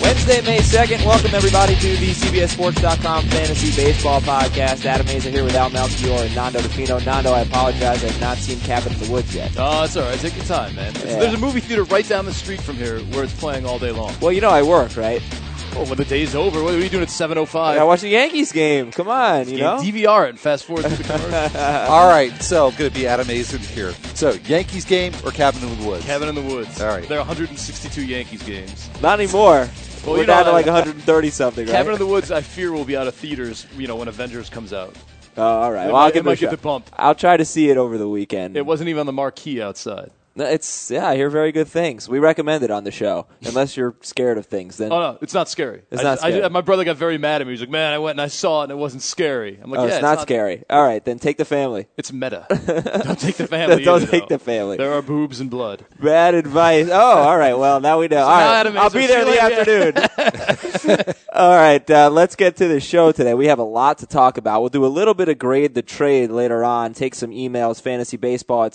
Wednesday, May 2nd. Welcome, everybody, to the CBSSports.com Fantasy Baseball Podcast. Adam Aza here with Al Melchior and Nando DeFino. Nando, I apologize. I've not seen Cabin in the Woods yet. Oh, it's all right. Take your time, man. It's- Yeah. There's a movie theater right down the street from here where it's playing all day long. Well, you know I work, right? Oh, when the day's over, what are you doing at 7:05? I watch the Yankees game. Come on, you You know? DVR it and fast forward to the commercial. All right, so going to be Adam Azen here. So Yankees game or Cabin in the Woods? Cabin in the Woods. All right. There are 162 Yankees games. Not anymore. Well, We're you know, down to I- like 130 something, right? Cabin in the Woods, I fear, will be out of theaters. You know, when Avengers comes out, oh, all right. It Well, might- I'll it give it might a get shot. the bump. I'll try to see it over the weekend. it wasn't even on the marquee outside. No, It's yeah, I hear very good things. We recommend it on the show. Unless you're scared of things, then Oh no, it's not scary. It's I not just- I scary. just- my brother got very mad at me. He was like, "Man, I went and I saw it, and it wasn't scary." I'm like, oh, "Yeah, it's, not, scary. All right, then take the family. It's meta. Don't take the family. Don't either, take though. the family. There are boobs and blood. Bad advice. Oh, all right. Well, now we know. all now right, Adam I'll is a be there in the cheerleader. afternoon. all right, uh, let's get to the show today. We have a lot to talk about. We'll do a little bit of grade the trade later on. Take some emails. Fantasy baseball at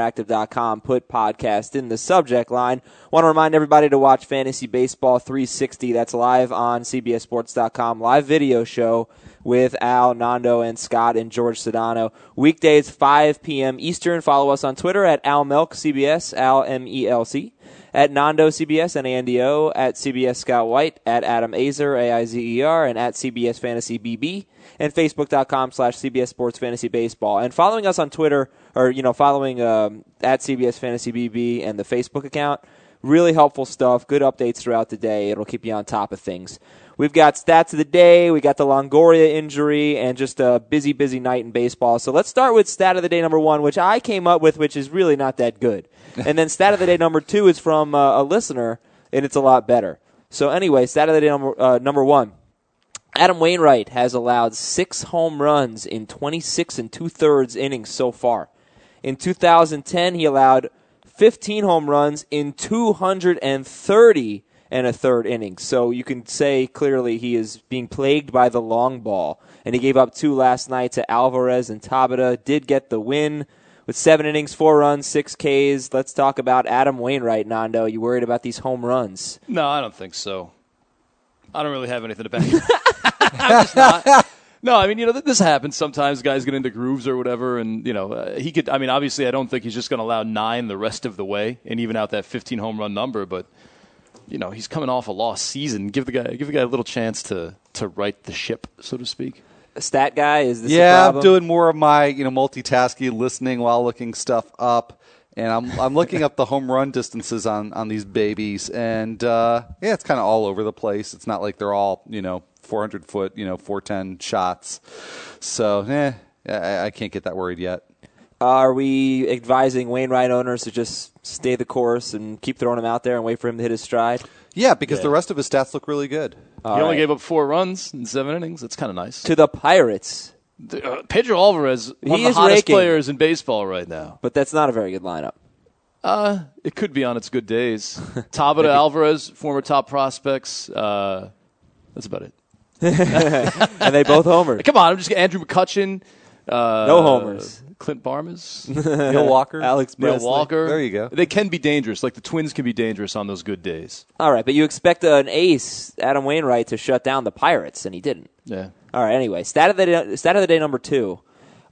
cbsinteractive.com. Put podcast in the subject line. Want to remind everybody to watch Fantasy Baseball 360. That's live on cbsports.com. Live video show with Al, Nando, and Scott and George Sedano. Weekdays, 5 p.m. Eastern. Follow us on Twitter at Al Melk, CBS, Al M E L C, at Nando CBS, N A N D O, at CBS Scott White, at Adam Azer, A I Z E R, and at CBS Fantasy BB, and Facebook.com slash CBS Sports Fantasy Baseball. And following us on Twitter, or, you know, following um, at CBS Fantasy BB and the Facebook account, Really helpful stuff. Good updates throughout the day. It'll keep you on top of things. We've got stats of the day. We got the Longoria injury and just a busy, busy night in baseball. So let's start with stat of the day number one, which I came up with, which is really not that good. And then stat of the day number two is from uh, a listener, and it's a lot better. So anyway, stat of the day number, uh, number one. Adam Wainwright has allowed six home runs in 26 and two thirds innings so far. In 2010, he allowed 15 home runs in 230 and a third innings. So you can say clearly he is being plagued by the long ball. And he gave up two last night to Alvarez and Tabata. Did get the win with seven innings, four runs, six Ks. Let's talk about Adam Wainwright, Nando. You worried about these home runs? No, I don't think so. I don't really have anything to back. it up. I'm just not. No, I mean, you know, th- this happens sometimes. Guys get into grooves or whatever, and you know, uh, he could. I mean, obviously, I don't think he's just going to allow nine the rest of the way and even out that 15 home run number. But you know, he's coming off a lost season. Give the guy, give the guy a little chance to to right the ship, so to speak. Stat guy, is this a yeah, I'm problem? doing more of my you know multitasking, listening while looking stuff up, and I'm I'm looking up the home run distances on on these babies, and uh, yeah, it's kind of all over the place. It's not like they're all you know 400 foot, you know 410 shots. So eh, I, I can't get that worried yet. Are we advising Wainwright owners to just stay the course and keep throwing him out there and wait for him to hit his stride? Yeah, because Yeah. the rest of his stats look really good. he only right. gave up four runs in seven innings. That's kind of nice. To the Pirates, Th- uh, Pedro Alvarez, one He of is the hottest raking. players in baseball right now. but that's not a very good lineup. Uh, it could be on its good days. Tabata Alvarez, former top prospects. Uh, that's about it. And they both homered. Come on, I'm just Andrew McCutcheon. Uh, No homers. Clint Barmas, Neil Walker, Alex Neil Presley. Walker. There you go. They can be dangerous. Like the Twins can be dangerous on those good days. All right, but you expect an ace, Adam Wainwright, to shut down the Pirates, and he didn't. Yeah. All right. Anyway, stat of the day, stat of the day number two.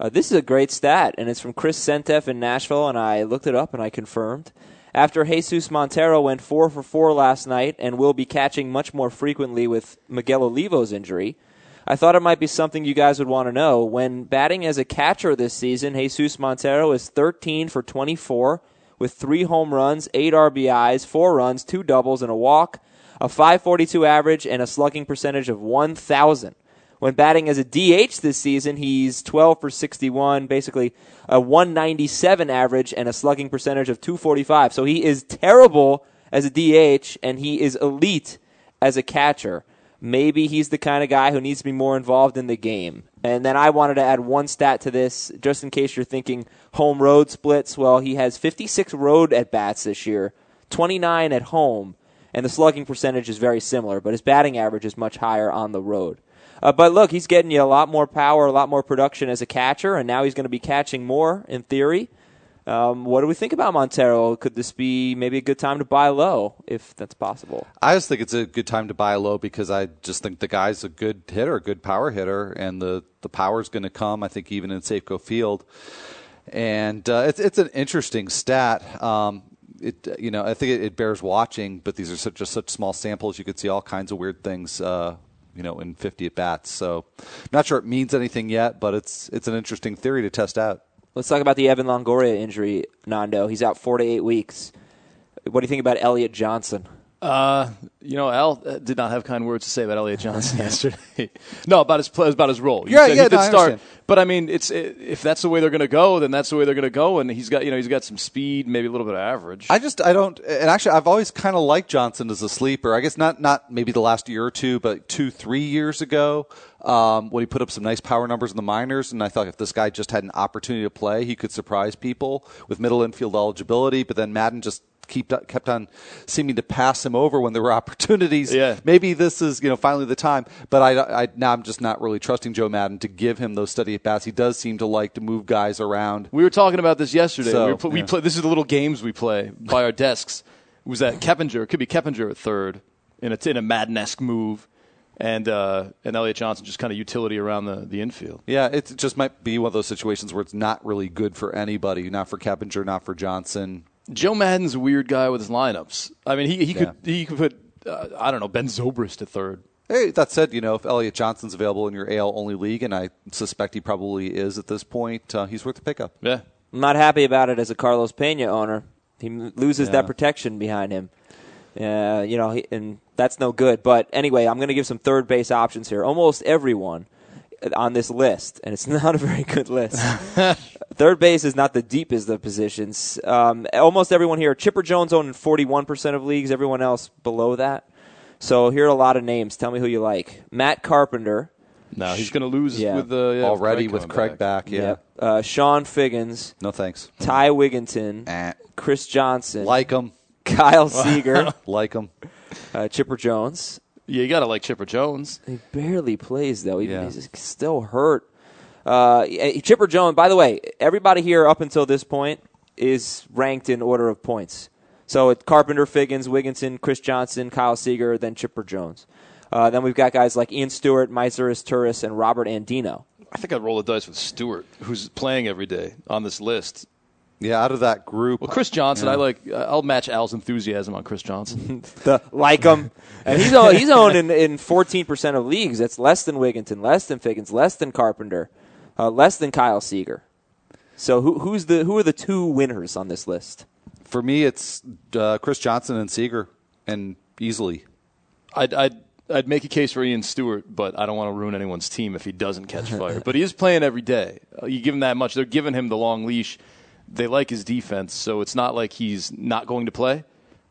Uh, this is a great stat, and it's from Chris Sentef in Nashville, and I looked it up and I confirmed. After Jesus Montero went four for four last night and will be catching much more frequently with Miguel Olivo's injury, I thought it might be something you guys would want to know. When batting as a catcher this season, Jesus Montero is 13 for 24 with three home runs, eight RBIs, four runs, two doubles, and a walk, a 542 average, and a slugging percentage of 1,000. When batting as a DH this season, he's 12 for 61, basically a 197 average and a slugging percentage of 245. So he is terrible as a DH and he is elite as a catcher. Maybe he's the kind of guy who needs to be more involved in the game. And then I wanted to add one stat to this, just in case you're thinking home road splits. Well, he has 56 road at bats this year, 29 at home, and the slugging percentage is very similar, but his batting average is much higher on the road. Uh, but look, he's getting you a lot more power, a lot more production as a catcher, and now he's going to be catching more in theory. Um, what do we think about Montero? Could this be maybe a good time to buy low if that's possible? I just think it's a good time to buy low because I just think the guy's a good hitter, a good power hitter, and the the power's going to come. I think even in Safeco Field, and uh, it's it's an interesting stat. Um, it you know I think it, it bears watching, but these are such, just such small samples. You could see all kinds of weird things. Uh, you know, in 50 at bats. So, I'm not sure it means anything yet, but it's it's an interesting theory to test out. Let's talk about the Evan Longoria injury, Nando. He's out four to eight weeks. What do you think about Elliot Johnson? Uh, you know, Al uh, did not have kind words to say about Elliot Johnson yesterday. no, about his play, about his role. You Yeah, said yeah, he did no, I start, understand. but I mean, it's i if that's the way they're going to go, then that's the way they're going to go. And he's got, you know, he's got some speed, maybe a little bit of average. I just I don't and actually I've always kind of liked Johnson as a sleeper. I guess not not maybe the last year or two, but two three years ago um, when he put up some nice power numbers in the minors, and I thought if this guy just had an opportunity to play, he could surprise people with middle infield eligibility. But then Madden just kept kept on seeming to pass him over when there were opportunities. Yeah. maybe this is you know finally the time. But I, I now I'm just not really trusting Joe Madden to give him those steady at bats. He does seem to like to move guys around. We were talking about this yesterday. So, we, were pl- we yeah. play. This is the little games we play by our desks. It was that Keppinger? It could be Keppinger at third in a in a Madden-esque move, and uh, and Elliot Johnson just kind of utility around the, the infield. Yeah, it just might be one of those situations where it's not really good for anybody, not for Keppinger, not for Johnson. Joe Madden's a weird guy with his lineups. I mean, he he could Yeah. he could put uh, I don't know Ben Zobrist to third. Hey, that said, you know, if Elliot Johnson's available in your AL only league, and I suspect he probably is at this point, uh, he's worth the pickup. Yeah, I'm not happy about it as a Carlos Pena owner. He m- loses Yeah. that protection behind him. Uh, you know, he, and that's no good. But anyway, I'm going to give some third base options here. Almost everyone on this list, and it's not a very good list. third base is not the deepest of positions. Um, almost everyone here, Chipper Jones owned in 41% of leagues, everyone else below that. So here are a lot of names. Tell me who you like. Matt Carpenter. no, he's going to lose Yeah. with the yeah, Already Craig with coming Craig back, yeah. Yep. Uh, Sean Figgins. No thanks. Ty Wigginton. Eh. Chris Johnson. Like him. Kyle Seager, Like him. uh, Chipper Jones. Yeah, you got to like Chipper Jones. He barely plays though. Even Yeah. he's still hurt. Uh, eh, Chipper Jones. By the way, everybody here up until this point is ranked in order of points. So it's Carpenter, Figgins, Wigginton, Chris Johnson, Kyle Seager, then Chipper Jones. Uh, then we've got guys like Ian Stewart, Myceris Turris, and Robert Andino. I think I'd roll the dice with Stewart, who's playing every day on this list. Yeah, out of that group. Well, Chris Johnson, I like. I'll match Al's enthusiasm on Chris Johnson. like him. And he's owned, he's owned in, in 14% of leagues. That's less than Wigginton, less than Figgins, less than Carpenter, uh, less than Kyle Seager. So who, who's the who are the two winners on this list? For me, it's uh, Chris Johnson and Seager, and easily. I'd, I'd I'd make a case for Ian Stewart, but I don't want to ruin anyone's team if he doesn't catch fire. but he is playing every day. Uh, You give him that much; they're giving him the long leash. They like his defense, so it's not like he's not going to play.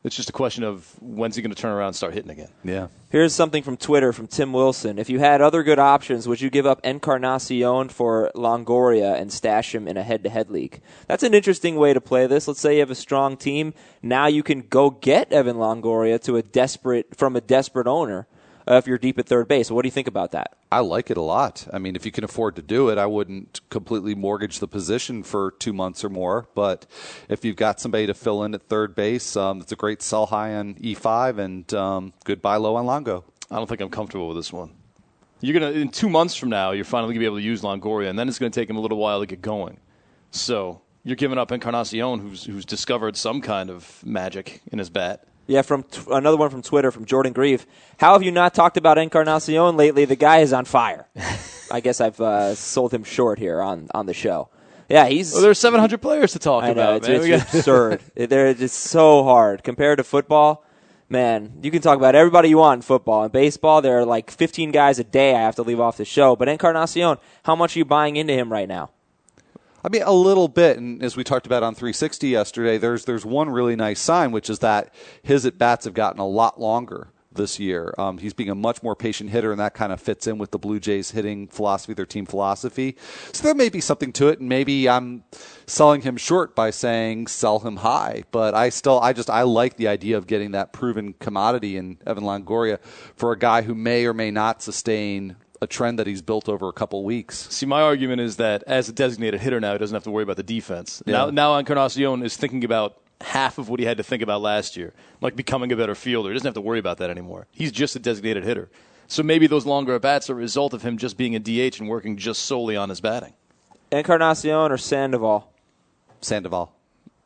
It's just a question of when's he going to turn around and start hitting again. Yeah. Here's something from Twitter from Tim Wilson. If you had other good options, would you give up Encarnacion for Longoria and stash him in a head to head league? That's an interesting way to play this. Let's say you have a strong team. Now you can go get Evan Longoria to a desperate from a desperate owner uh, if you're deep at third base. What do you think about that? I like it a lot. I mean, if you can afford to do it, I wouldn't completely mortgage the position for two months or more. But if you've got somebody to fill in at third base, um, it's a great sell high on E5 and um, good buy low on Longo. I don't think I'm comfortable with this one. You're gonna in two months from now, you're finally gonna be able to use Longoria, and then it's gonna take him a little while to get going. So you're giving up Encarnacion, who's who's discovered some kind of magic in his bat. Yeah, from t- another one from Twitter from Jordan Grieve. How have you not talked about Encarnacion lately? The guy is on fire. I guess I've uh, sold him short here on, on the show. Yeah, he's. Well, there's 700 players to talk I know about, it's, man. it's We got- absurd. They're just so hard compared to football. Man, you can talk about everybody you want in football and baseball. There are like 15 guys a day I have to leave off the show. But Encarnacion, how much are you buying into him right now? I mean, a little bit, and as we talked about on 360 yesterday, there's there's one really nice sign, which is that his at bats have gotten a lot longer this year. Um, he's being a much more patient hitter, and that kind of fits in with the Blue Jays' hitting philosophy, their team philosophy. So there may be something to it, and maybe I'm selling him short by saying sell him high. But I still, I just, I like the idea of getting that proven commodity in Evan Longoria for a guy who may or may not sustain a trend that he's built over a couple weeks. See, my argument is that as a designated hitter now, he doesn't have to worry about the defense. Now, now Encarnacion is thinking about half of what he had to think about last year, like becoming a better fielder. He doesn't have to worry about that anymore. He's just a designated hitter. So maybe those longer at bats are a result of him just being a DH and working just solely on his batting. Encarnacion or Sandoval? Sandoval.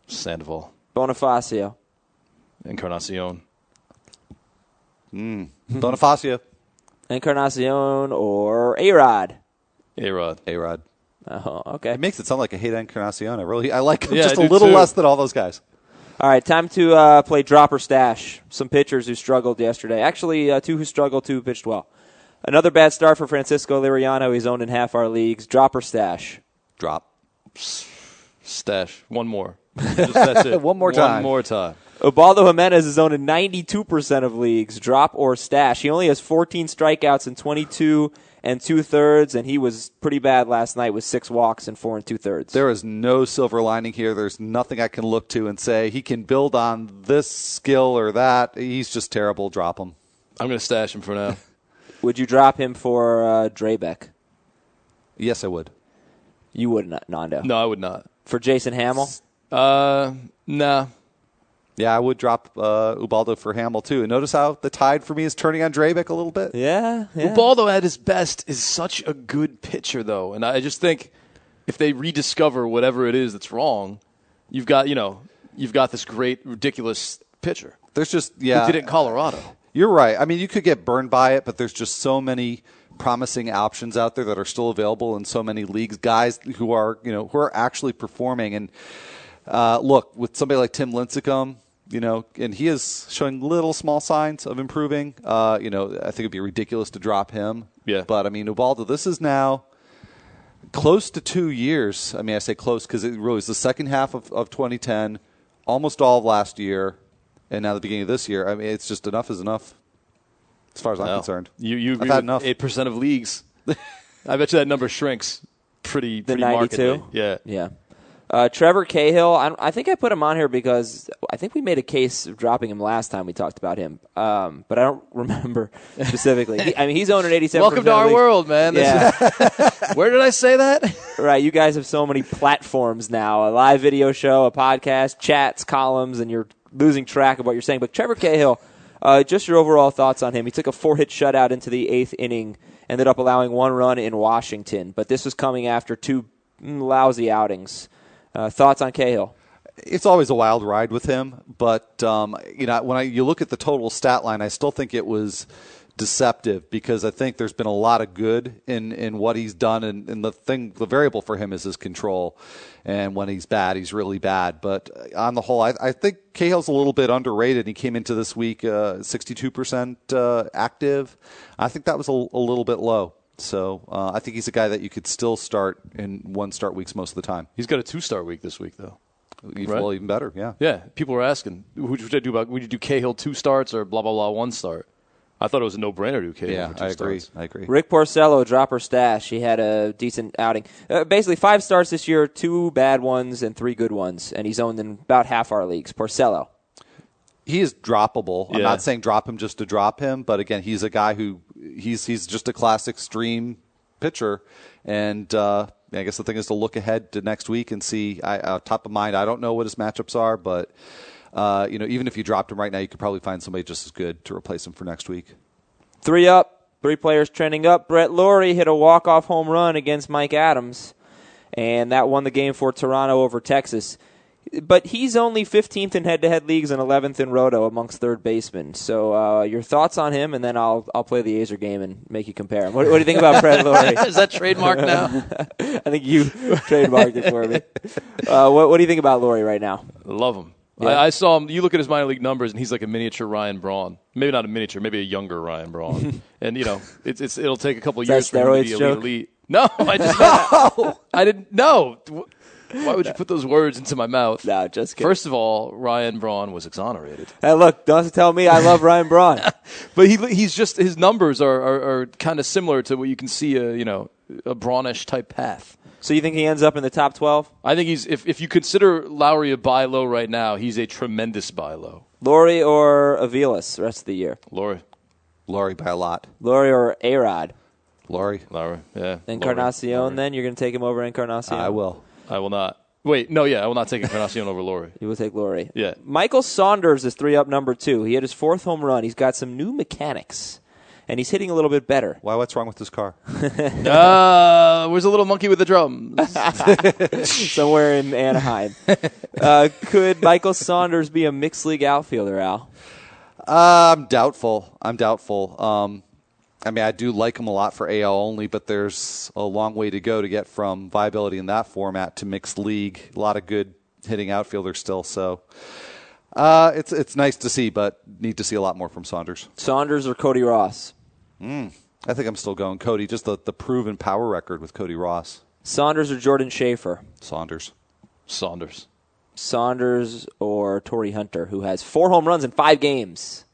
Sandoval, Bonifacio. Encarnacion. Bonifacio. Encarnacion or Arod? Arod. A Rod. Oh, okay. It makes it sound like I hate Encarnacion. I really I like him Yeah, I just a do little too. less than all those guys. All right, time to uh, play drop or stash. Some pitchers who struggled yesterday. Actually, uh, two who struggled, two who pitched well. Another bad start for Francisco Liriano. He's owned in half our leagues. Drop or stash. Drop. Stash. One more. Just, that's it. One more One time. more time. Obaldo Jimenez is owned in 92% of leagues. Drop or stash. He only has 14 strikeouts in 22 and two thirds, and he was pretty bad last night with six walks and four and two thirds. There is no silver lining here. There's nothing I can look to and say he can build on this skill or that. He's just terrible. Drop him. I'm going to stash him for now. Would you drop him for uh, Drabeck? Yes, I would. You would not, Nando. No, I would not. For Jason Hamill? Uh, nah. Yeah, I would drop uh, Ubaldo for Hamill too. And notice how the tide for me is turning on Drabeck a little bit. Yeah. yeah. Ubaldo at his best is such a good pitcher, though, and I just think if they rediscover whatever it is that's wrong, you've got you know you've got this great ridiculous pitcher There's just yeah. who did it in Colorado. You're right. I mean, you could get burned by it, but there's just so many promising options out there that are still available in so many leagues. Guys who are you know who are actually performing. And uh, look, with somebody like Tim Lincecum, you know, and he is showing little small signs of improving. Uh, you know, I think it'd be ridiculous to drop him. Yeah. But I mean, Ubaldo, this is now close to two years. I mean, I say close because it really is the second half of, of 2010, almost all of last year, and now the beginning of this year. I mean, it's just enough is enough, as far as I'm No. concerned. You you I've agree had with enough. eight percent of leagues. I bet you that number shrinks pretty the pretty 92 markedly. Yeah. yeah uh, trevor cahill I, I think i put him on here because i think we made a case of dropping him last time we talked about him um, but i don't remember specifically He- i mean he's owned an 87 Welcome to our world, man. This yeah is- where did I say that? right you guys have so many platforms now a live video show a podcast chats columns and you're losing track of what you're saying but trevor cahill uh, just your overall thoughts on him he took a four-hit shutout into the eighth inning ended up allowing one run in washington but this was coming after two mm, lousy outings uh, thoughts on cahill it's always a wild ride with him, but um, you know when I you look at the total stat line, I still think it was deceptive because I think there's been a lot of good in in what he's done, and, and the thing the variable for him is his control, and when he's bad, he's really bad. But uh, on the whole, I, I think Cahill's a little bit underrated. He came into this week uh, 62% uh, active. I think that was a, a little bit low. So uh, I think he's a guy that you could still start in one start weeks most of the time. He's got a two star week this week though. Right. Well, even better, yeah. Yeah, people were asking, "Who did you do about? Would you do Cahill two starts or blah blah blah one start?" I thought it was a no brainer to do Cahill. Yeah, for two I agree. starts. I agree. Rick Porcello, drop or stash. He had a decent outing. Uh, basically, five starts this year, two bad ones and three good ones, and he's owned in about half our leagues. Porcello. He is droppable. I'm Yeah. not saying drop him just to drop him, but again, he's a guy who he's he's just a classic stream pitcher, and uh, I guess the thing is to look ahead to next week and see. I, uh, top of mind, I don't know what his matchups are, but uh, you know, even if you dropped him right now, you could probably find somebody just as good to replace him for next week. Three up, three players trending up. Brett Laurie hit a walk-off home run against Mike Adams, and that won the game for Toronto over Texas. But he's only 15th in head-to-head leagues and 11th in roto amongst third basemen. So uh, your thoughts on him, and then I'll I'll play the Azer game and make you compare him. What, what do you think about Brett Laurie? Is that trademark now? I think you trademarked it for me. Uh, what, what do you think about Laurie right now? Love him. Yeah. I, I saw him. You look at his minor league numbers, and he's like a miniature Ryan Braun. Maybe not a miniature, maybe a younger Ryan Braun. and you know, it's, it's it'll take a couple that years for him to be steroids elite, joke? elite. No, I just I didn't know. Why would you put those words into my mouth? No, just kidding. First of all, Ryan Braun was exonerated. Hey, look, don't tell me I love Ryan Braun. But he he's just his numbers are are, are kind of similar to what you can see a you know a Brownish type path. So you think he ends up in the top 12? I think he's if if you consider Lowry a buy low right now, he's a tremendous buy low. Laurie or Avilas rest of the year? Lowry, Laurie by a lot. Laurie or Arod? Laurie. Lowry, yeah. Encarnacion, Lowry. then you're going to take him over Encarnacion. I will. I will not. Wait, no, yeah, I will not take Encarnacion over Lowry. You will take Laurie. Yeah. Michael Saunders is three up number two. He hit his fourth home run. He's got some new mechanics, and he's hitting a little bit better. Why? What's wrong with this car? Uh, where's the little monkey with the drums? somewhere in Anaheim. uh, could Michael Saunders be a mixed league outfielder, Al? Uh, I'm doubtful. I'm doubtful. Um, I mean, I do like him a lot for AL only, but there's a long way to go to get from viability in that format to mixed league. A lot of good hitting outfielders still, so uh, it's it's nice to see, but need to see a lot more from Saunders. Saunders or Cody Ross? I think I'm still going Cody. Just the, the proven power record with Cody Ross, Saunders or Jordan Schaefer? Saunders. Saunders. Saunders or Torrey Hunter, who has four home runs in five games.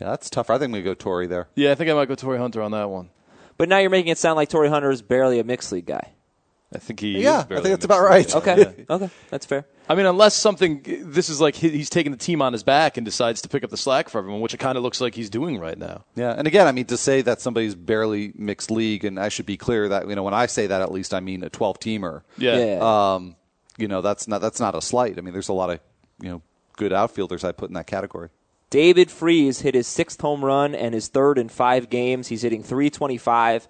Yeah, that's tougher. I think I'm gonna go Tory there. Yeah, I think I might go Torrey Hunter on that one. But now you're making it sound like Torrey Hunter is barely a mixed league guy. I think he. Yeah, is barely I think that's a mixed about league right. guy. Okay, okay, that's fair. I mean, unless something, this is like he- he's taking the team on his back and decides to pick up the slack for everyone, which it kind of looks like he's doing right now. Yeah, and again, I mean to say that somebody's barely mixed league, and I should be clear that you know when I say that, at least I mean a 12 teamer. Yeah. Yeah. Um, you know that's not that's not a slight. I mean, there's a lot of you know good outfielders I put in that category. David Freeze hit his sixth home run and his third in five games. He's hitting 325.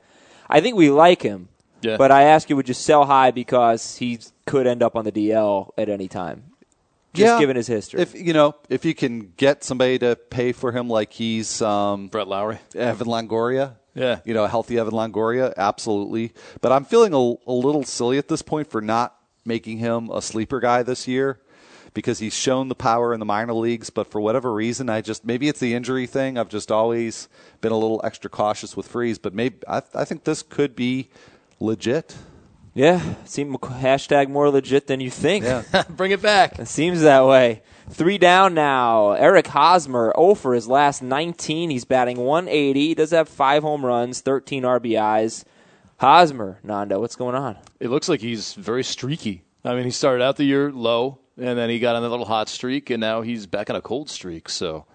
I think we like him. Yeah. But I ask you, would you sell high because he could end up on the DL at any time? Just given his history. If you know if you can get somebody to pay for him like he's um, Brett Lowry. Evan Longoria. Yeah. You know, a healthy Evan Longoria, absolutely. But I'm feeling a, a little silly at this point for not making him a sleeper guy this year because he's shown the power in the minor leagues. But for whatever reason, I just maybe it's the injury thing. I've just always been a little extra cautious with Freeze. But maybe I, I think this could be legit. yeah, seem hashtag more legit than you think. Yeah. Bring it back. It seems that way. Three down now. Eric Hosmer, 0 for his last 19. He's batting 180. He does have five home runs, 13 RBIs. Hosmer, Nando, what's going on? It looks like he's very streaky. I mean, he started out the year low, and then he got on that little hot streak, and now he's back on a cold streak. So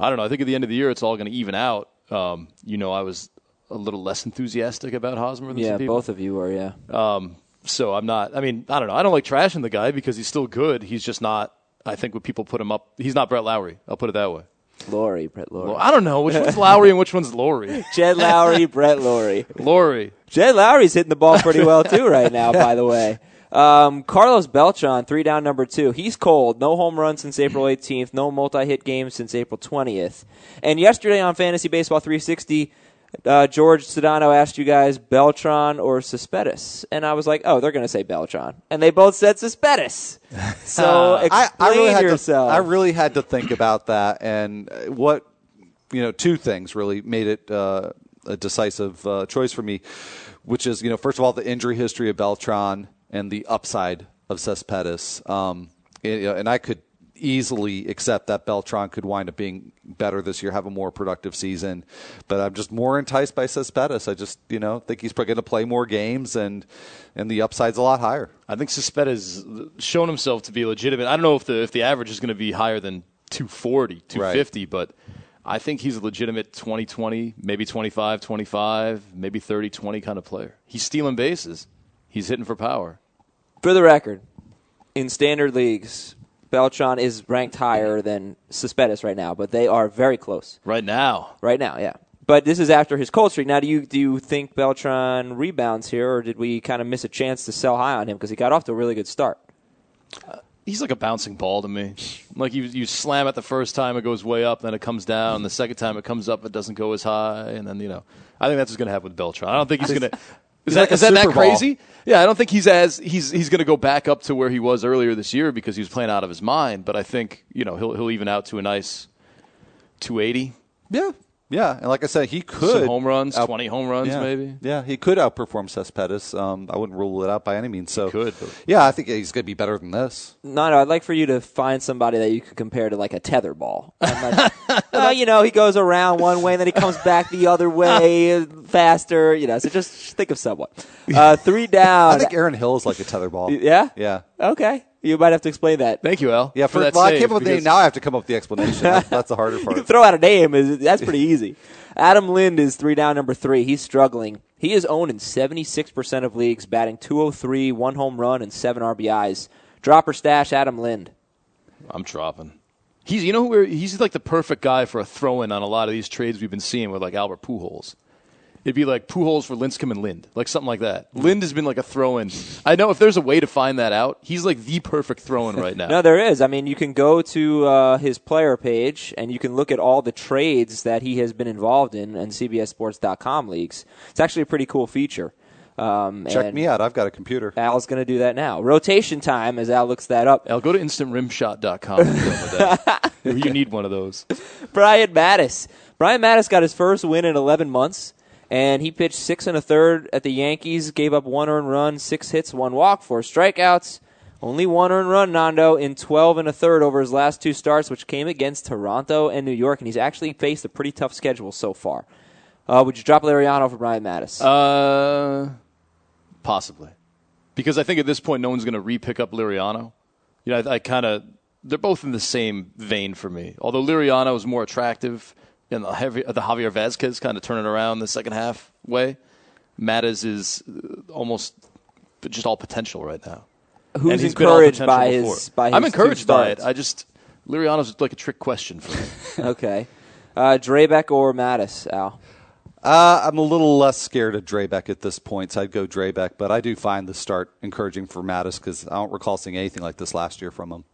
I don't know. I think at the end of the year, it's all going to even out. Um, you know, I was a little less enthusiastic about Hosmer than Yeah, some people. both of you are, yeah. So I'm not. I mean, I don't know. I don't like trashing the guy because he's still good. He's just not. I think when people put him up, he's not Brett Lowry. I'll put it that way. Lowry, Brett Lowry. Well, I don't know which one's Lowry and which one's Lowry. Jed Lowry, Brett Lowry. Lowry. Jed Lowry's hitting the ball pretty well too right now. By the way, um, Carlos Beltran, three down, number two. He's cold. No home run since April 18th. No multi-hit game since April 20th. And yesterday on Fantasy Baseball 360. Uh, George Sedano asked you guys Beltran or Suspettus, and I was like, "Oh, they're going to say Beltran," and they both said Suspettus. So explain I, I really had yourself. To, I really had to think about that, and uh, what you know, two things really made it uh, a decisive uh, choice for me, which is you know, first of all, the injury history of Beltran and the upside of Cespedes, um, and, you know, and I could easily accept that Beltran could wind up being better this year, have a more productive season. But I'm just more enticed by Cespedes. I just, you know, think he's probably going to play more games and and the upside's a lot higher. I think Suspet has shown himself to be legitimate. I don't know if the if the average is going to be higher than 240, 250, but I think he's a legitimate 20 20, maybe 25 25, maybe 30 20 kind of player. He's stealing bases. He's hitting for power. For the record, in standard leagues, Beltran is ranked higher than Suspettus right now, but they are very close. Right now, Right now, yeah. But this is after his cold streak. Now, do you do you think Beltran rebounds here, or did we kind of miss a chance to sell high on him because he got off to a really good start? he's like a bouncing ball to me. Like you you slam it the first time it goes way up, then it comes down. The second time it comes up, it doesn't go as high, and then you know. I think that's what's going to happen with Beltran. I don't think he's going to. Is that, like a is that that Super Bowl. crazy? Yeah, I don't think he's as he's he's going to go back up to where he was earlier this year because he was playing out of his mind. But I think you know he'll he'll even out to a nice 280, Yeah. Yeah, and like I said, he could some home runs, out- 20 home runs yeah. maybe. Yeah, he could outperform Cespedes. Um, I wouldn't rule it out by any means. So could, but- yeah, I think he's going to be better than this. No, no. I'd like for you to find somebody that you could compare to like a tether ball. I'm like, oh, you know, he goes around one way and then he comes back the other way faster. You know, so just think of someone. Uh, three down. I think Aaron Hill is like a tether ball. Yeah? yeah. Okay. You might have to explain that. Thank you, Al. Yeah, for, that well, I save, came up with the name. because- Now I have to come up with the explanation. That's, that's the harder You can part. throw out a name. Is That's pretty easy. Adam Lind is three down number three. He's struggling. He is owned in 76% of leagues, batting 203, one home run, and seven RBIs. Dropper stash, Adam Lind. I'm dropping. He's you know who we're- he's like the perfect guy for a throw in on a lot of these trades we've been seeing with like Albert Pujols. It'd be like Pujols for Lincecum and Lind, like something like that. Lind has been like a throw in. I know if there's a way to find that out, he's like the perfect throw in right now. No, there is. I mean, you can go to uh, his player page and you can look at all the trades that he has been involved in in CBSSports.com leagues. It's actually a pretty cool feature. Um, Check and me out. I've got a computer. Al's going to do that now. Rotation time, as Al looks that up. Al, go to instantrimshot.com. and deal with that. you need one of those. Brian Mattis. Brian Mattis got his first win in 11 months, and he pitched six and a third at the Yankees, gave up one earned run, six hits, one walk, four strikeouts. Only one earned run, Nando, in 12 and a third over his last two starts, which came against Toronto and New York, and he's actually faced a pretty tough schedule so far. Uh, would you drop Lariano for Brian Mattis? Uh, possibly, because I think at this point no one's going to re-pick up Liriano. You know, I, I kind of they're both in the same vein for me. Although Liriano is more attractive in the heavy, the Javier Vasquez kind of turning around the second half way. Mattis is uh, almost just all potential right now. And Who's he's been all encouraged potential by before. his, by his I'm two encouraged by it. starts? I just Liriano's like a trick question for me. okay. Uh, Drebeck or Mattis, Al? Uh, I'm a little less scared of Drabeck at this point, so I'd go Drabeck, but I do find the start encouraging for Mattis because I don't recall seeing anything like this last year from him.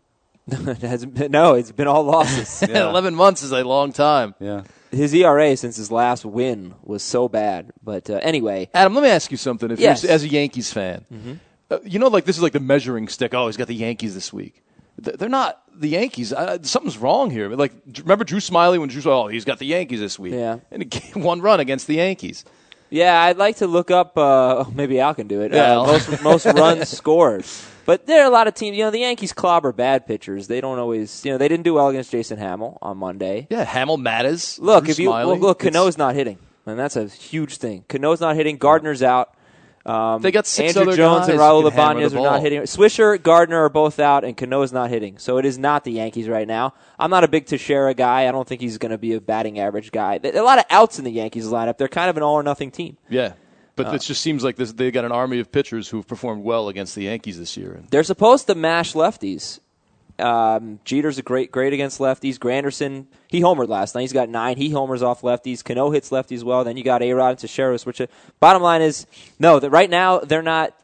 It hasn't been- no, it's been all losses. Yeah. 11 months is a long time. Yeah. His ERA since his last win was so bad. But uh, anyway, Adam, let me ask you something. If Yes. you're, as a Yankees fan, uh, you know, like this is like the measuring stick. Oh, he's got the Yankees this week. Th- They're not the Yankees. Uh, something's wrong here. Like, d- remember Drew Smiley when Drew? Oh, he's got the Yankees this week. Yeah. and he gave one run against the Yankees. yeah, I'd like to look up. Uh, oh, maybe Al can do it. Yeah, Uh, Al. most most runs scored. But there are a lot of teams. You know, the Yankees clobber bad pitchers. They don't always. You know, they didn't do well against Jason Hamill on Monday. Yeah, Hamill matters. Look, Drew if you Smiley. look, look, It's- Cano's not hitting, and that's a huge thing. Cano's not hitting. Gardner's out. Um, They got six Andrew other Jones and guys who Raul can hammer Abanez the are not ball. hitting. Swisher, Gardner are both out, and Cano is not hitting. So it is not the Yankees right now. I'm not a big Teixeira guy. I don't think he's going to be a batting average guy. There- A lot of outs in the Yankees lineup. They're kind of an all or nothing team. yeah, but Uh. it just seems like this. They got an army of pitchers who've performed well against the Yankees this year. And They're supposed to mash lefties. Um, Jeter's a great, great against lefties. Granderson, he homered last night. He's got nine. He homers off lefties. Cano hits lefties well. Then you got A Rod and Teixeira. Which, uh, bottom line is, no. That right now they're not.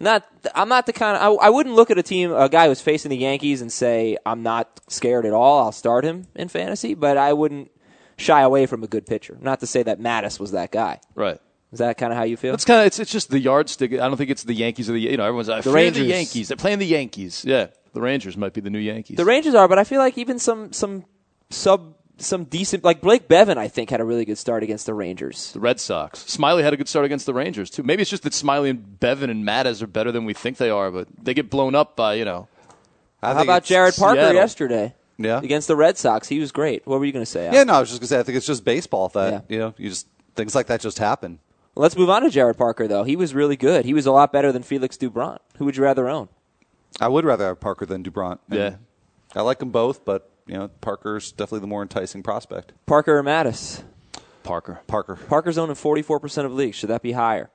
Not, I'm not the kind of. I, I wouldn't look at a team, a guy who's facing the Yankees, and say I'm not scared at all. I'll start him in fantasy, but I wouldn't shy away from a good pitcher. Not to say that Mattis was that guy. right. Is that kind of how you feel? It's kind of it's, it's just the yardstick. I don't think it's the Yankees or the you know everyone's I fear Rangers. the Yankees. They're playing the Yankees. Yeah, the Rangers might be the new Yankees. The Rangers are, but I feel like even some some sub some decent like Blake Bevan, I think, had a really good start against the Rangers. The Red Sox. Smiley had a good start against the Rangers too. Maybe it's just that Smiley and Bevin and Mattis are better than we think they are, but they get blown up by you know. I How think about it's- Jared Parker Seattle. yesterday? Yeah. Against the Red Sox. He was great. What were you gonna say? Al? Yeah, no, I was just going to say, I think it's just baseball that, Yeah. you know, you just, things like that just happen. Let's move on to Jared Parker though. He was really good. He was a lot better than Felix Dubron. Who would you rather own? I would rather have Parker than Dubront. And Yeah. I like them both, but, you know, Parker's definitely the more enticing prospect. Parker or Mattis? Parker. Parker. Parker's owned in forty four percent of leagues. Should that be higher?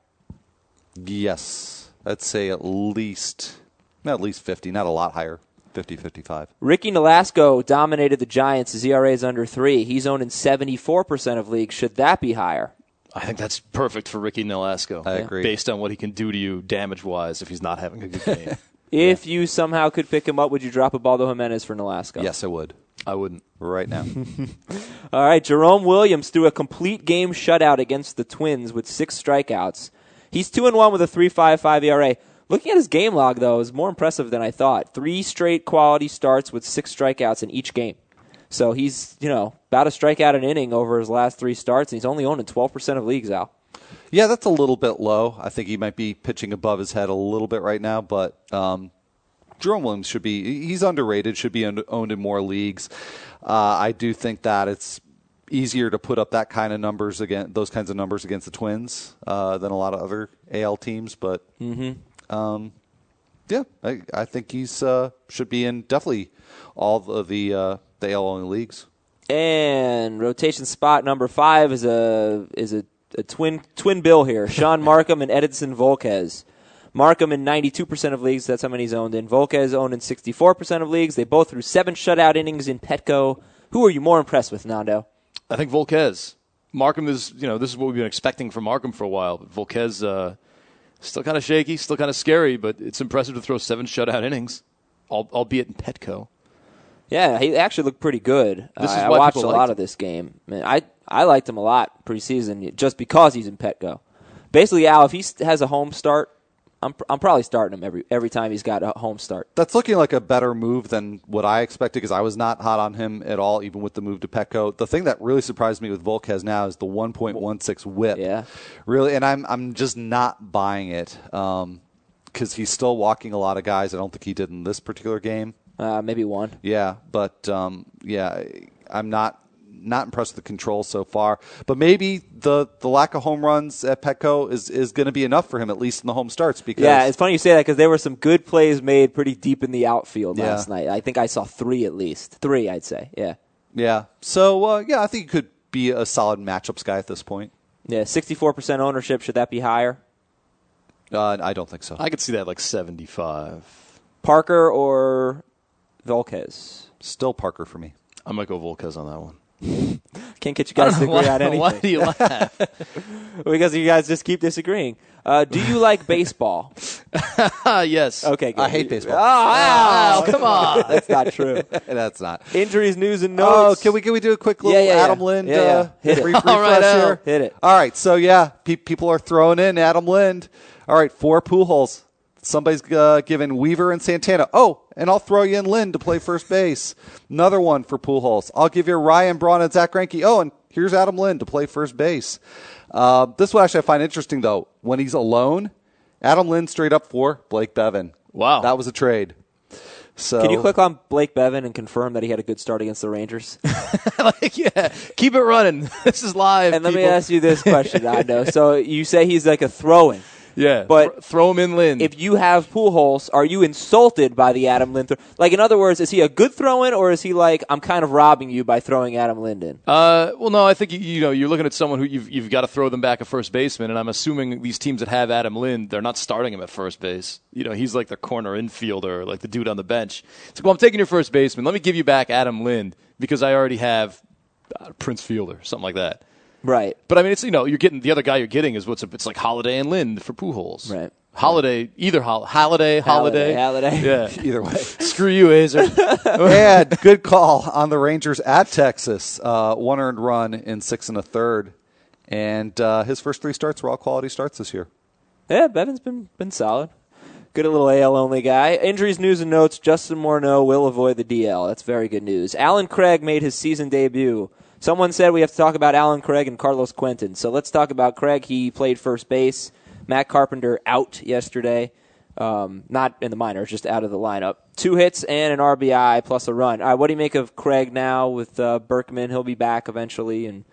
Yes. I'd say at least, at least 50, not a lot higher. 50, 55. Ricky Nolasco dominated the Giants. His ERA is under three. He's owned in seventy four percent of leagues. Should that be higher? I think that's perfect for Ricky Nolasco. I agree. Based on what he can do to you damage wise if he's not having a good game. If you somehow could pick him up, would you drop Abaldo Jimenez for Nolasco? Yes, I would. I wouldn't. Right now. All right, Jerome Williams threw a complete game shutout against the Twins with six strikeouts. He's two and one with a three five five ERA. Looking at his game log though, is more impressive than I thought. Three straight quality starts with six strikeouts in each game. So he's you know about a strikeout an inning over his last three starts, and he's only owned in twelve percent of leagues. Al, Yeah, that's a little bit low. I think he might be pitching above his head a little bit right now, but um, Jerome Williams should be, he's underrated, should be un- owned in more leagues. Uh, I do think that it's easier to put up that kind of numbers again, those kinds of numbers against the Twins uh, than a lot of other AL teams, but um, yeah, I, I think he's uh, should be in definitely all of the uh, the AL only leagues. And rotation spot number five is a is a, a twin twin bill here. Sean Markham and Edinson Volquez. Markham in 92% of leagues, that's how many he's owned in. Volquez owned in 64% of leagues. They both threw seven shutout innings in Petco. Who are you more impressed with, Nando? I think Volquez. Markham is, you know, this is what we've been expecting from Markham for a while. But Volquez, uh, still kind of shaky, still kind of scary, but it's impressive to throw seven shutout innings, al- albeit in Petco. Yeah, he actually looked pretty good. This Uh, is I why watched a people lot liked of this game. Man, I I liked him a lot preseason just because he's in Petco. Basically, Al, if he st- has a home start, I'm pr- I'm probably starting him every every time he's got a home start. That's looking like a better move than what I expected because I was not hot on him at all, even with the move to Petco. The thing that really surprised me with Volquez now is the 1.16 whip. Yeah. really, and I'm I'm just not buying it because he's still walking a lot of guys. I don't think he did in this particular game. Uh, maybe one. Yeah, but um, yeah, I'm not not impressed with the control so far. But maybe the the lack of home runs at Petco is is going to be enough for him at least in the home starts because Yeah, it's funny you say that because there were some good plays made pretty deep in the outfield Yeah. last night. I think I saw three at least. Three, I'd say. Yeah. yeah. So uh, yeah, I think he could be a solid matchups guy at this point. Yeah, 64% ownership. Should that be higher? Uh, I don't think so. I could see that like 75. Parker or Volquez? Still Parker for me. I'm going to go Volquez on that one. Can't get you guys to agree why, on anything. why do you laugh? Because you guys just keep disagreeing. Uh, do you like baseball? Ah, yes. Okay, good. I hate baseball. Oh, come on. That's not true. That's not. Injuries, news, and Oh, notes. can we can we do a quick Yeah, little yeah, yeah. Adam Lind Yeah, yeah. Uh, Hit it. re- All right, refresh Al. here? Hit it. All right, so yeah, pe- people are throwing in Adam Lind. All right, four pool holes. Somebody's uh, giving Weaver and Santana. Oh, and I'll throw you in Lind to play first base. Another one for pool holes. I'll give you Ryan Braun and Zach Greinke. Oh, and here's Adam Lind to play first base. Uh, this one actually I find interesting though. When he's alone, Adam Lind straight up for Blake Bevin. Wow. that was a trade. So Can you click on Blake Bevin and confirm that he had a good start against the Rangers? like, yeah, keep it running. This is live. And let me people. ask you this question, I know. So you say he's like a throw-in. Yeah, but- but throw him in Lynn. If you have Pujols, are you insulted by the Adam Lind throw? Like, in other words, is he a good throw-in, or is he like, I'm kind of robbing you by throwing Adam Lind in? Uh, well, no, I think you, you know you're looking at someone who you've you've got to throw them back a first baseman, and I'm assuming these teams that have Adam Lind, they're not starting him at first base. You know, he's like the corner infielder, like the dude on the bench. It's like, well, I'm taking your first baseman. Let me give you back Adam Lind because I already have uh, Prince Fielder, something like that. Right. But I mean, it's you know you're getting the other guy you're getting is what's it's like Holiday and Lind for Pujols. Right. Holiday, either hol- Holiday, Holiday, Holiday. Yeah. either way. Screw you, Azer. and good call on the Rangers at Texas. Uh, one earned run in six and a third. And uh, his first three starts were all quality starts this year. Yeah, Bevin's been been solid. Good little AL only guy. Injuries, news, and notes. Justin Morneau will avoid the DL. That's very good news. Alan Craig made his season debut. Someone said we have to talk about Alan Craig and Carlos Quentin. So let's talk about Craig. He played first base. Matt Carpenter out yesterday. Um, not in the minors, just out of the lineup. Two hits and an RBI plus a run. All right, what do you make of Craig now with uh, Berkman? He'll be back eventually. And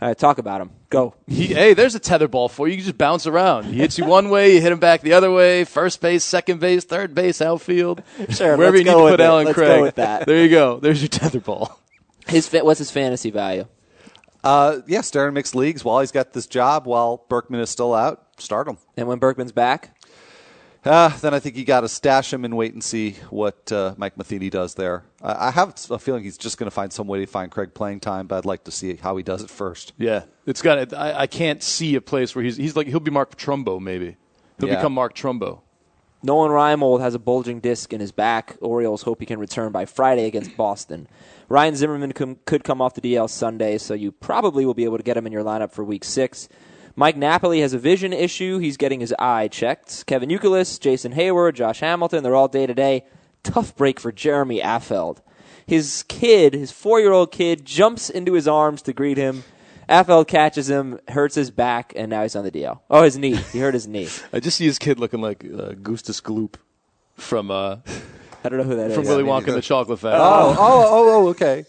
all right, talk about him. Go. He, hey, there's a tether ball for you. You can just bounce around. He hits you one way, you hit him back the other way. First base, second base, third base, outfield. Sure, wherever let's you need go to with put it. Alan Let's go Craig. with that. There you go. There's your tether ball. His fa- what's his fantasy value? Uh, yeah, starting mixed leagues while he's got this job, while Berkman is still out, start him. And when Berkman's back, Uh, then I think you got to stash him and wait and see what uh, Mike Matheny does there. I I have a feeling he's just going to find some way to find Craig playing time, but I'd like to see how he does it first. Yeah, it's got. I, I can't see a place where he's. He's like he'll be Mark Trumbo maybe. He'll Yeah. become Mark Trumbo. Nolan Reimold has a bulging disc in his back. Orioles hope he can return by Friday against Boston. Ryan Zimmerman com- could come off the DL Sunday, so you probably will be able to get him in your lineup for Week Six. Mike Napoli has a vision issue. He's getting his eye checked. Kevin Youkilis, Jason Hayward, Josh Hamilton—they're all day to day. Tough break for Jeremy Affeld. His kid, his four-year-old kid, jumps into his arms to greet him. Affeld catches him, hurts his back, and now he's on the DL. Oh, his knee. He hurt his knee. I just see his kid looking like uh, Gustus Gloop from uh, I don't know who that is. from Willy me Wonka and neither. the Chocolate Factory. Oh, oh, oh, oh, okay.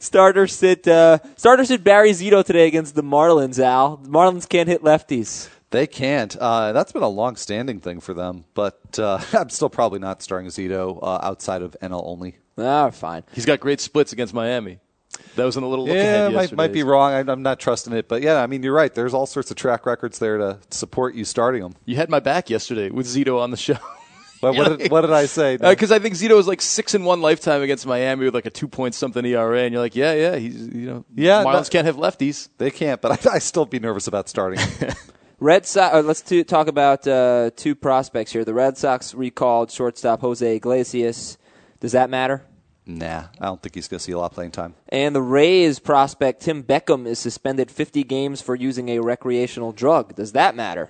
Starter sit uh, starter sit Barry Zito today against the Marlins. Al the Marlins can't hit lefties. They can't. Uh, that's been a long-standing thing for them. But uh, I'm still probably not starting Zito uh, outside of NL only. Ah, fine. He's got great splits against Miami. That was in a little look Yeah, ahead might, might be yesterday's. wrong. I, I'm not trusting it, but yeah, I mean you're right. There's all sorts of track records there to support you starting them. You had my back yesterday with Zito on the show. But what, did, what did I say? Because Uh, I think Zito was like six and one lifetime against Miami with like a two point something ERA, and you're like, yeah, yeah, he's you know, Yeah, Marlins that- can't have lefties. they can't, but I, I still be nervous about starting. 'em. Red Sox. Or let's to talk about uh, two prospects here. The Red Sox recalled shortstop Jose Iglesias. Does that matter? nah, I don't think he's going to see a lot of playing time. And the Rays prospect Tim Beckham is suspended 50 games for using a recreational drug. Does that matter?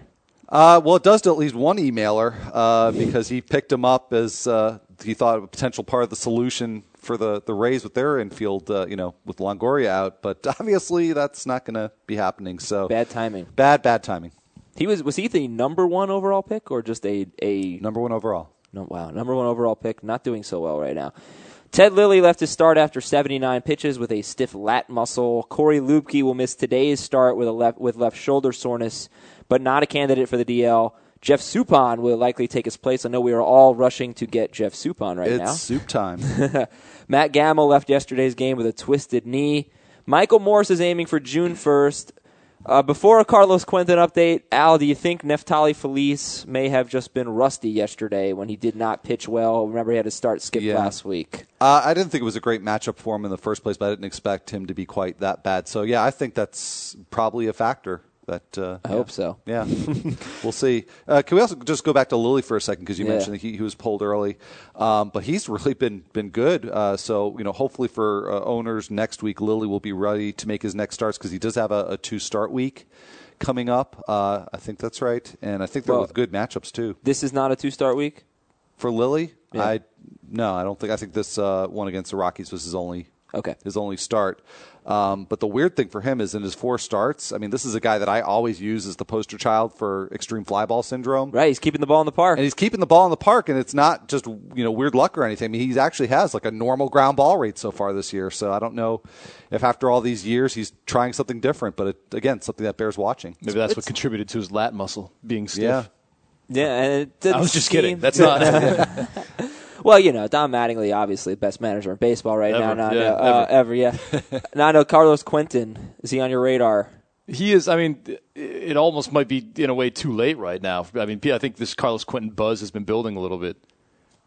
Uh, well, it does to at least one emailer uh, because he picked him up as uh, he thought a potential part of the solution for the, the Rays with their infield, uh, you know, with Longoria out. But obviously, that's not going to be happening. So Bad timing. bad, bad timing. He was was he the number one overall pick or just a a Number one overall. No, wow, number one overall pick, not doing so well right now. Ted Lilly left his start after 79 pitches with a stiff lat muscle. Corey Lupke will miss today's start with a left with left shoulder soreness, but not a candidate for the DL. Jeff Suppan will likely take his place. I know we are all rushing to get Jeff Suppan right It's now. soup time. Matt Gamel left yesterday's game with a twisted knee. Michael Morse is aiming for June 1st. Uh, before a Carlos Quentin update, Al, do you think Neftali Felice may have just been rusty yesterday when he did not pitch well? Remember, he had to start skip Yeah. last week. Uh, I didn't think it was a great matchup for him in the first place, but I didn't expect him to be quite that bad. So yeah, I think that's probably a factor. That uh, I hope so. Yeah, we'll see. Uh, can we also just go back to Lilly for a second because you Yeah. mentioned that he, he was pulled early, um, but he's really been been good. Uh, so you know, hopefully for uh, owners next week, Lilly will be ready to make his next starts because he does have a, a two start week coming up. Uh, I think that's right, and I think they're Well- with good matchups too This is not a two start week? for Lilly. Yeah. I no, I don't think. I think this uh, one against the Rockies was his only Okay. his only start. Um, but the weird thing for him is in his four starts. I mean, this is a guy that I always use as the poster child for extreme flyball syndrome. Right, he's keeping the ball in the park. And he's keeping the ball in the park, and it's not just you know weird luck or anything. I mean, he actually has like a normal ground ball rate so far this year. So I don't know if after all these years he's trying something different, but it, again, something that bears watching. Maybe that's what contributed to his lat muscle being stiff. Yeah. Yeah, and it I didn't was just seem- kidding. That's not. Well, you know, Don Mattingly, obviously, the best manager in baseball right now. Ever, Now, yeah, uh, ever. yeah. now, I know Carlos Quentin, is he on your radar? He is. I mean, it almost might be in a way too late right now. I mean, I think this Carlos Quentin buzz has been building a little bit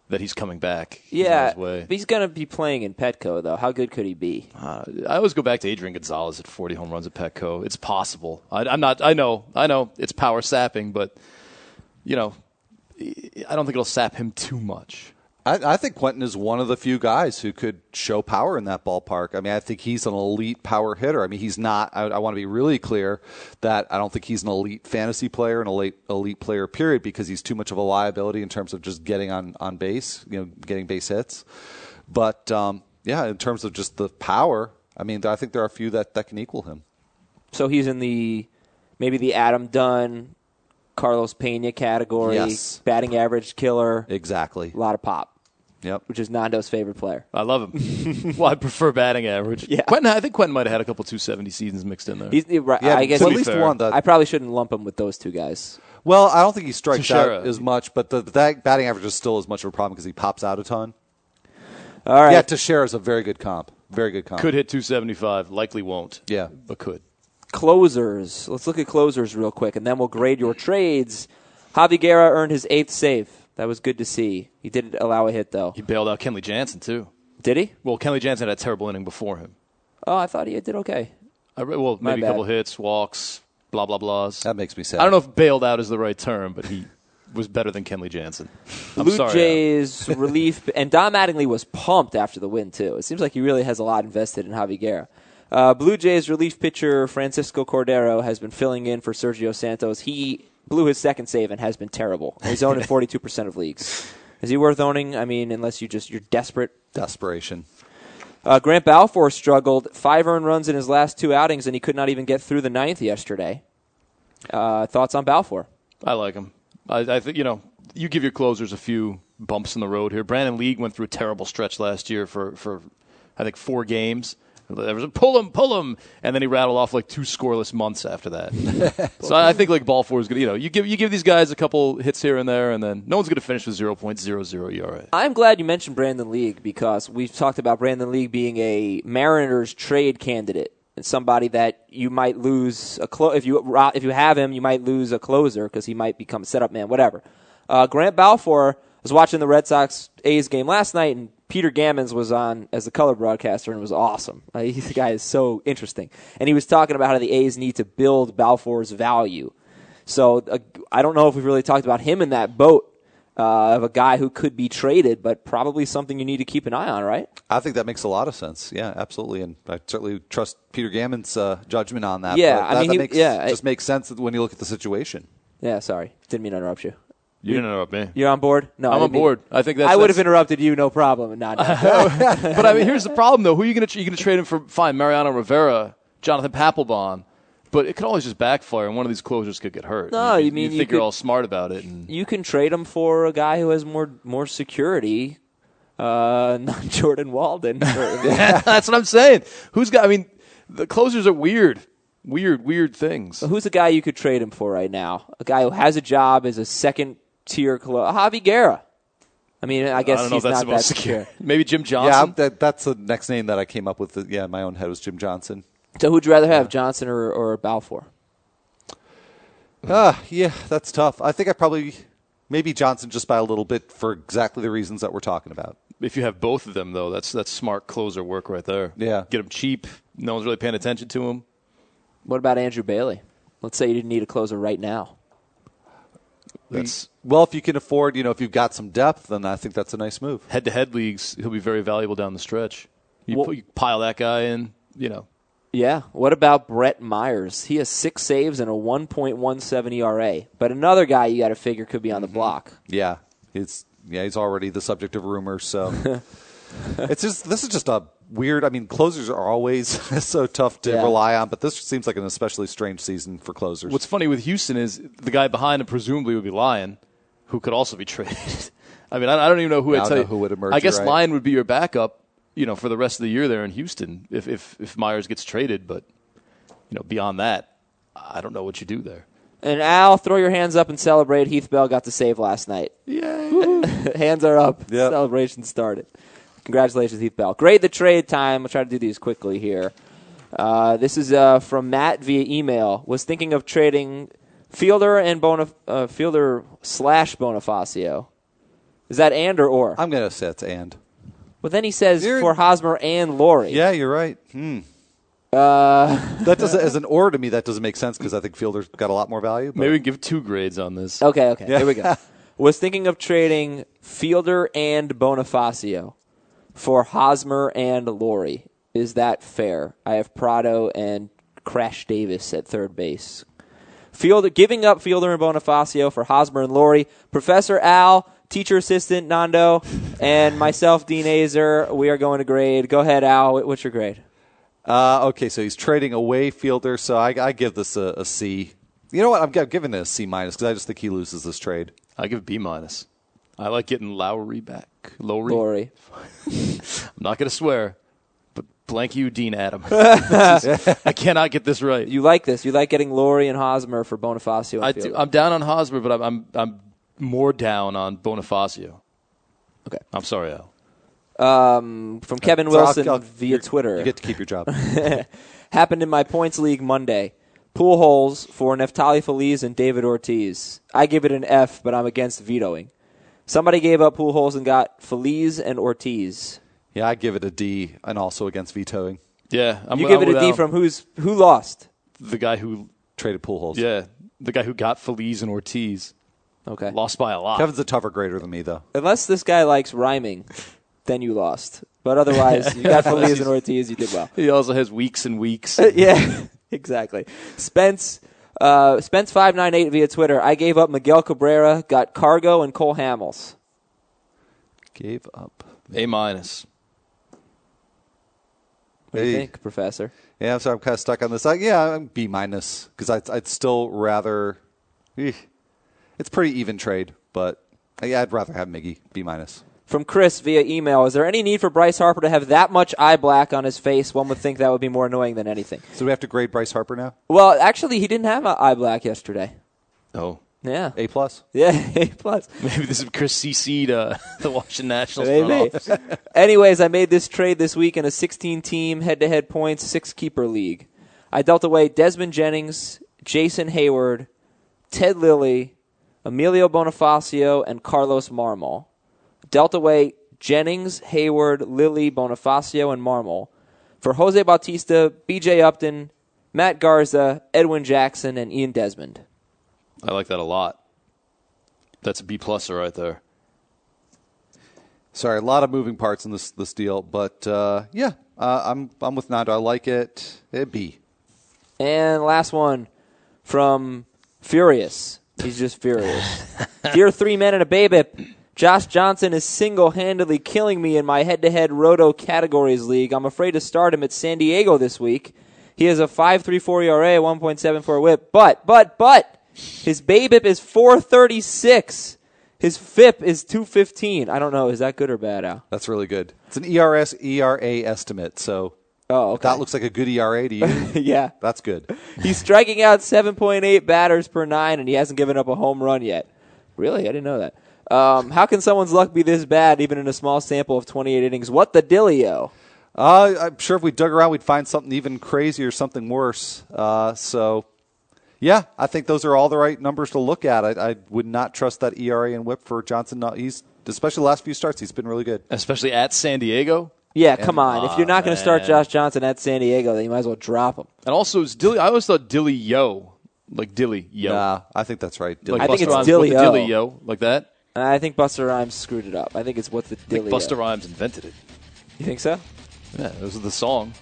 that he's coming back. He's on Yeah, his way. but he's going to be playing in Petco though. How good could he be? Uh, I always go back to Adrian Gonzalez at 40 home runs at Petco. It's possible. I, I'm not. I know. I know it's power sapping, but you know, I don't think it'll sap him too much. I, I think Quentin is one of the few guys who could show power in that ballpark. I mean, I think he's an elite power hitter. I mean, he's not. I, I want to be really clear that I don't think he's an elite fantasy player and elite elite player period because he's too much of a liability in terms of just getting on on base, you know, getting base hits. But um, yeah, in terms of just the power, I mean, I think there are a few that that can equal him. So he's in the maybe the Adam Dunn, Carlos Pena category, Yes. batting average killer, Exactly. a lot of pop, Yep. which is Nando's favorite player. I love him. well, I prefer batting average. Yeah. Quentin, I think Quentin might have had a couple 270 seasons mixed in there. He's, he- right, Yeah, I guess so at he- least fair. one. That, I probably shouldn't lump him with those two guys. well, I don't think he strikes Teixeira. out as much, but the, that batting average is still as much of a problem because he pops out a ton. All right, Yeah, Teixeira is a very good comp. Very good comp. could hit 275. Likely won't. Yeah. but could. closers. Let's look at closers real quick, and then we'll grade your trades. Javi Guerra earned his eighth save. That was good to see. He did allow a hit though. He bailed out Kenley Jansen too. Did he? Well, Kenley Jansen had a terrible inning before him. Oh, I thought he did okay. I, re- well, My maybe a bad. couple hits, walks, blah blah blahs. That makes me sad. I don't know if bailed out is the right term, but he was better than Kenley Jansen. I'm Blue sorry. Al. Jays relief, and Don Mattingly was pumped after the win too. It seems like he really has a lot invested in Javi Guerra. Uh, Blue Jays relief pitcher Francisco Cordero has been filling in for Sergio Santos. He blew his second save and has been terrible. He's owned in forty-two percent of leagues. Is he worth owning? I mean, unless you just you're desperate. Desperation. Uh, Grant Balfour struggled five earned runs in his last two outings, and he could not even get through the ninth yesterday. Uh, thoughts on Balfour? I like him. I, I think you know you give your closers a few bumps in the road here. Brandon League went through a terrible stretch last year for for I think four games. There was a pull him, pull him, and then he rattled off like two scoreless months after that. so I I think like ball four is gonna you know you give you give these guys a couple hits here and there, and then no one's gonna finish with 0.00 ERA. I'm glad you mentioned Brandon League because we've talked about Brandon League being a Mariners trade candidate and somebody that you might lose a clo- if you ro- if you have him, you might lose a closer because he might become a setup man, whatever. Uh, Grant Balfour was watching the Red Sox A's game last night, and Peter Gammons was on as the color broadcaster and was awesome. Uh, he, the guy is so interesting, and he was talking about how the A's need to build Balfour's value. So uh, I don't know if we've really talked about him in that boat uh, of a guy who could be traded, but probably something you need to keep an eye on, right? I think that makes a lot of sense. Yeah, absolutely, and I certainly trust Peter Gammon's uh, judgment on that. Yeah, but I that, mean, that he- makes, yeah, I- just makes sense when you look at the situation. Yeah, sorry, didn't mean to interrupt you. You didn't interrupt me. You're on board? No, I I'm didn't on mean- board. I think that's I would have that's- interrupted you, no problem. and Not but I mean, here's the problem though. Who are you going to you going to trade him for? Fine, Mariano Rivera, Jonathan Papelbon, but it could always just backfire, and one of these closers could get hurt. No, you mean you you think are could- all smart about it? And, you can trade him for a guy who has more more security, uh, not Jordan Walden. that's what I'm saying. Who's got? I mean, the closers are weird, weird, weird things. Who's the guy you could trade him for right now? A guy who has a job as a second tier clo Javi Guerra. I mean, I guess I don't know he's if that's not the most that secure. Maybe Jim Yeah, Johnson. I'm- that, that's the next name that I came up with. Yeah, in my own head was Jim Johnson. So who'd you rather have, Johnson or, or Balfour? Hmm. Ah, yeah, that's tough. I think I probably maybe Johnson just by a little bit for exactly the reasons that we're talking about. if you have both of them though, that's that's smart closer work right there. Yeah. get them cheap. No one's really paying attention to Mm. him. What about Andrew Bailey? Let's say you didn't need a closer right now. That's Well, if you can afford, you know, if you've got some depth, then I think that's a nice move. head to head leagues. He'll be very valuable down the stretch. You, Well- pu- you pile that guy in. You know, Yeah. What about Brett Myers? He has six saves and a 1.17 ERA. E But another guy you got to figure could be on the block. Yeah, he's yeah he's already the subject of rumors. So it's just this is just a weird. I mean, closers are always so tough to Yeah. rely on, but this seems like an especially strange season for closers. What's funny with Houston is the guy behind him presumably would be Lyon, who could also be traded. I mean, I I don't even know who Yeah, I I'd don't tell know you. who would emerge, I guess right? Lyon would be your backup, you know, for the rest of the year there in Houston if if, if Myers gets traded. But you know, beyond that, I don't know what you do there. And Al, throw your hands up and celebrate. Heath Bell got the save last night. Yeah, hands are up. Yep. Celebration started. Congratulations, Heath Bell. Grade the trade time. We'll try to do these quickly here. Uh, this is uh, from Matt via email. Was thinking of trading Fielder and Bonif- uh, Fielder slash Bonifacio. Is that and or or? I'm gonna say it's and. well, then he says You're- for Hosmer and Laurie. Yeah, you're right. Hmm. Uh, that doesn't as an or to me that doesn't make sense because I think Fielder's got a lot more value. But maybe we can give two grades on this. Okay, okay. Here we go. Was thinking of trading Fielder and Bonifacio for Hosmer and Laurie. Is that fair? I have Prado and Crash Davis at third base. Fielder giving up Fielder and Bonifacio for Hosmer and Laurie. Professor Al, teacher assistant Nando, and myself, Dean Azer. We are going to grade. Go ahead, Al. Wh- What's your grade? Uh, okay, so he's trading away Fielder, so I, I give this a, a C. You know what? I'm, I'm giving it a C minus because I just think he loses this trade. I give B minus. I like getting Lowry back. Lowry. Laurie. I'm not gonna swear, but blank you, Dean Adam. This is- I cannot get this right. You like this? You like getting Laurie and Hosmer for Bonifacio? And I Fielder. do, I'm down on Hosmer, but I'm, I'm I'm more down on Bonifacio. Okay. I'm sorry, Al. um, from Kevin Uh, So I'll- Wilson I'll- via you're- Twitter. You get to keep your job. Happened in my points league Monday. Pool holes for Neftali Feliz and David Ortiz. I give it an F, but I'm against vetoing. Somebody gave up pool holes and got Feliz and Ortiz. yeah, I give it a D, and also against vetoing. Yeah, I'm, You I'm give it a with D Al. from who's who lost. the guy who, Traded pool holes. yeah, the guy who got Feliz and Ortiz Okay. lost by a lot. Kevin's a tougher grader than me, though. Unless this guy likes rhyming, then you lost. But otherwise, you got Feliz and Ortiz. You did well. He also has weeks and weeks. yeah, exactly. Spence, uh, Spence five nine eight via Twitter. I gave up Miguel Cabrera, got Cargo and Cole Hamels. Gave up. a minus. What do you Hey. think, Professor? Yeah, I'm sorry. I'm kind of stuck on this. I, yeah, I'm B minus because I'd, I'd still rather. eh. It's pretty even trade, but yeah, I'd rather have Miggy B minus. from Chris via email. Is there any need for Bryce Harper to have that much eye black on his face? One would think that would be more annoying than anything. So we have to grade Bryce Harper now. Well, actually, he didn't have eye black yesterday. Oh. Yeah. A plus. Yeah, A plus. Maybe this is Chris CC'd uh, the Washington Nationals. Maybe. front office. Anyways, I made this trade this week in a 16 team head to head points, six keeper league. I dealt away Desmond Jennings, Jason Hayward, Ted Lilly, Emilio Bonifacio, and Carlos Marmol. Dealt away Jennings, Hayward, Lilly, Bonifacio, and Marmol for Jose Bautista, BJ Upton, Matt Garza, Edwin Jackson, and Ian Desmond. I like that a lot. That's a B pluser right there. Sorry, a lot of moving parts in this this deal, but uh, yeah, uh, I'm I'm with Nando. I like it. It B. And last one from Furious. He's just furious. Dear three men and a baby, Josh Johnson is single handedly killing me in my head to head roto categories league. I'm afraid to start him at San Diego this week. He has a 5.34 ERA, 1.74 whip, but, but, but, his BABIP is 436. His FIP is 215. I don't know. Is that good or bad, Al? That's really good. It's an E ERS ERA estimate, so Oh, if okay. that looks like a good ERA to you. yeah. that's good. He's striking out 7.8 batters per nine, and he hasn't given up a home run yet. Really? I didn't know that. Um, how can someone's luck be this bad, even in a small sample of 28 innings? What the dillio? Uh, I'm sure if we dug around, we'd find something even crazier, something worse. Uh, so, yeah, I think those are all the right numbers to look at. I, I would not trust that ERA and WHIP for Johnson. Not, he's especially the last few starts, he's been really good. Especially at San Diego. Yeah, come on. If you're not going to start man. Josh Johnson at San Diego, then you might as well drop him. And also, it's Dilly, I always thought Dilly Yo. Like Dilly Yo. Nah, I think that's right. Like I think Busta it's Rhymes Dilly with the Yo. Dilly Yo. Like that. And I think Buster Rhymes screwed it up. I think it's what the I think dillio. Busta Rhymes invented it. You think so? uh, Yeah, this is the song.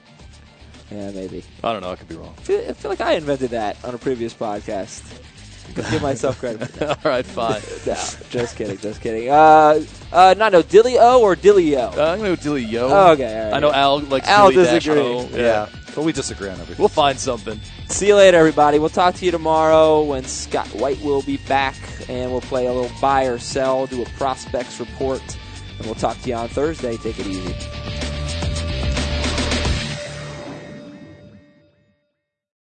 Yeah, maybe. I don't know. I could be wrong. I feel, I feel like I invented that on a previous podcast. I'm gonna Give myself credit. For that. All right, fine. No, just kidding, just kidding. Uh, uh, not no, Dillio or Dillio? Uh, I'm going to go Dilly Yo. Okay, all right. I know Al likes Al Dilly Dash disagrees. O. yeah. but we disagree on everything. We'll find something. See you later, everybody. We'll talk to you tomorrow when Scott White will be back, and we'll play a little buy or sell, do a prospects report, and we'll talk to you on Thursday. Take it easy.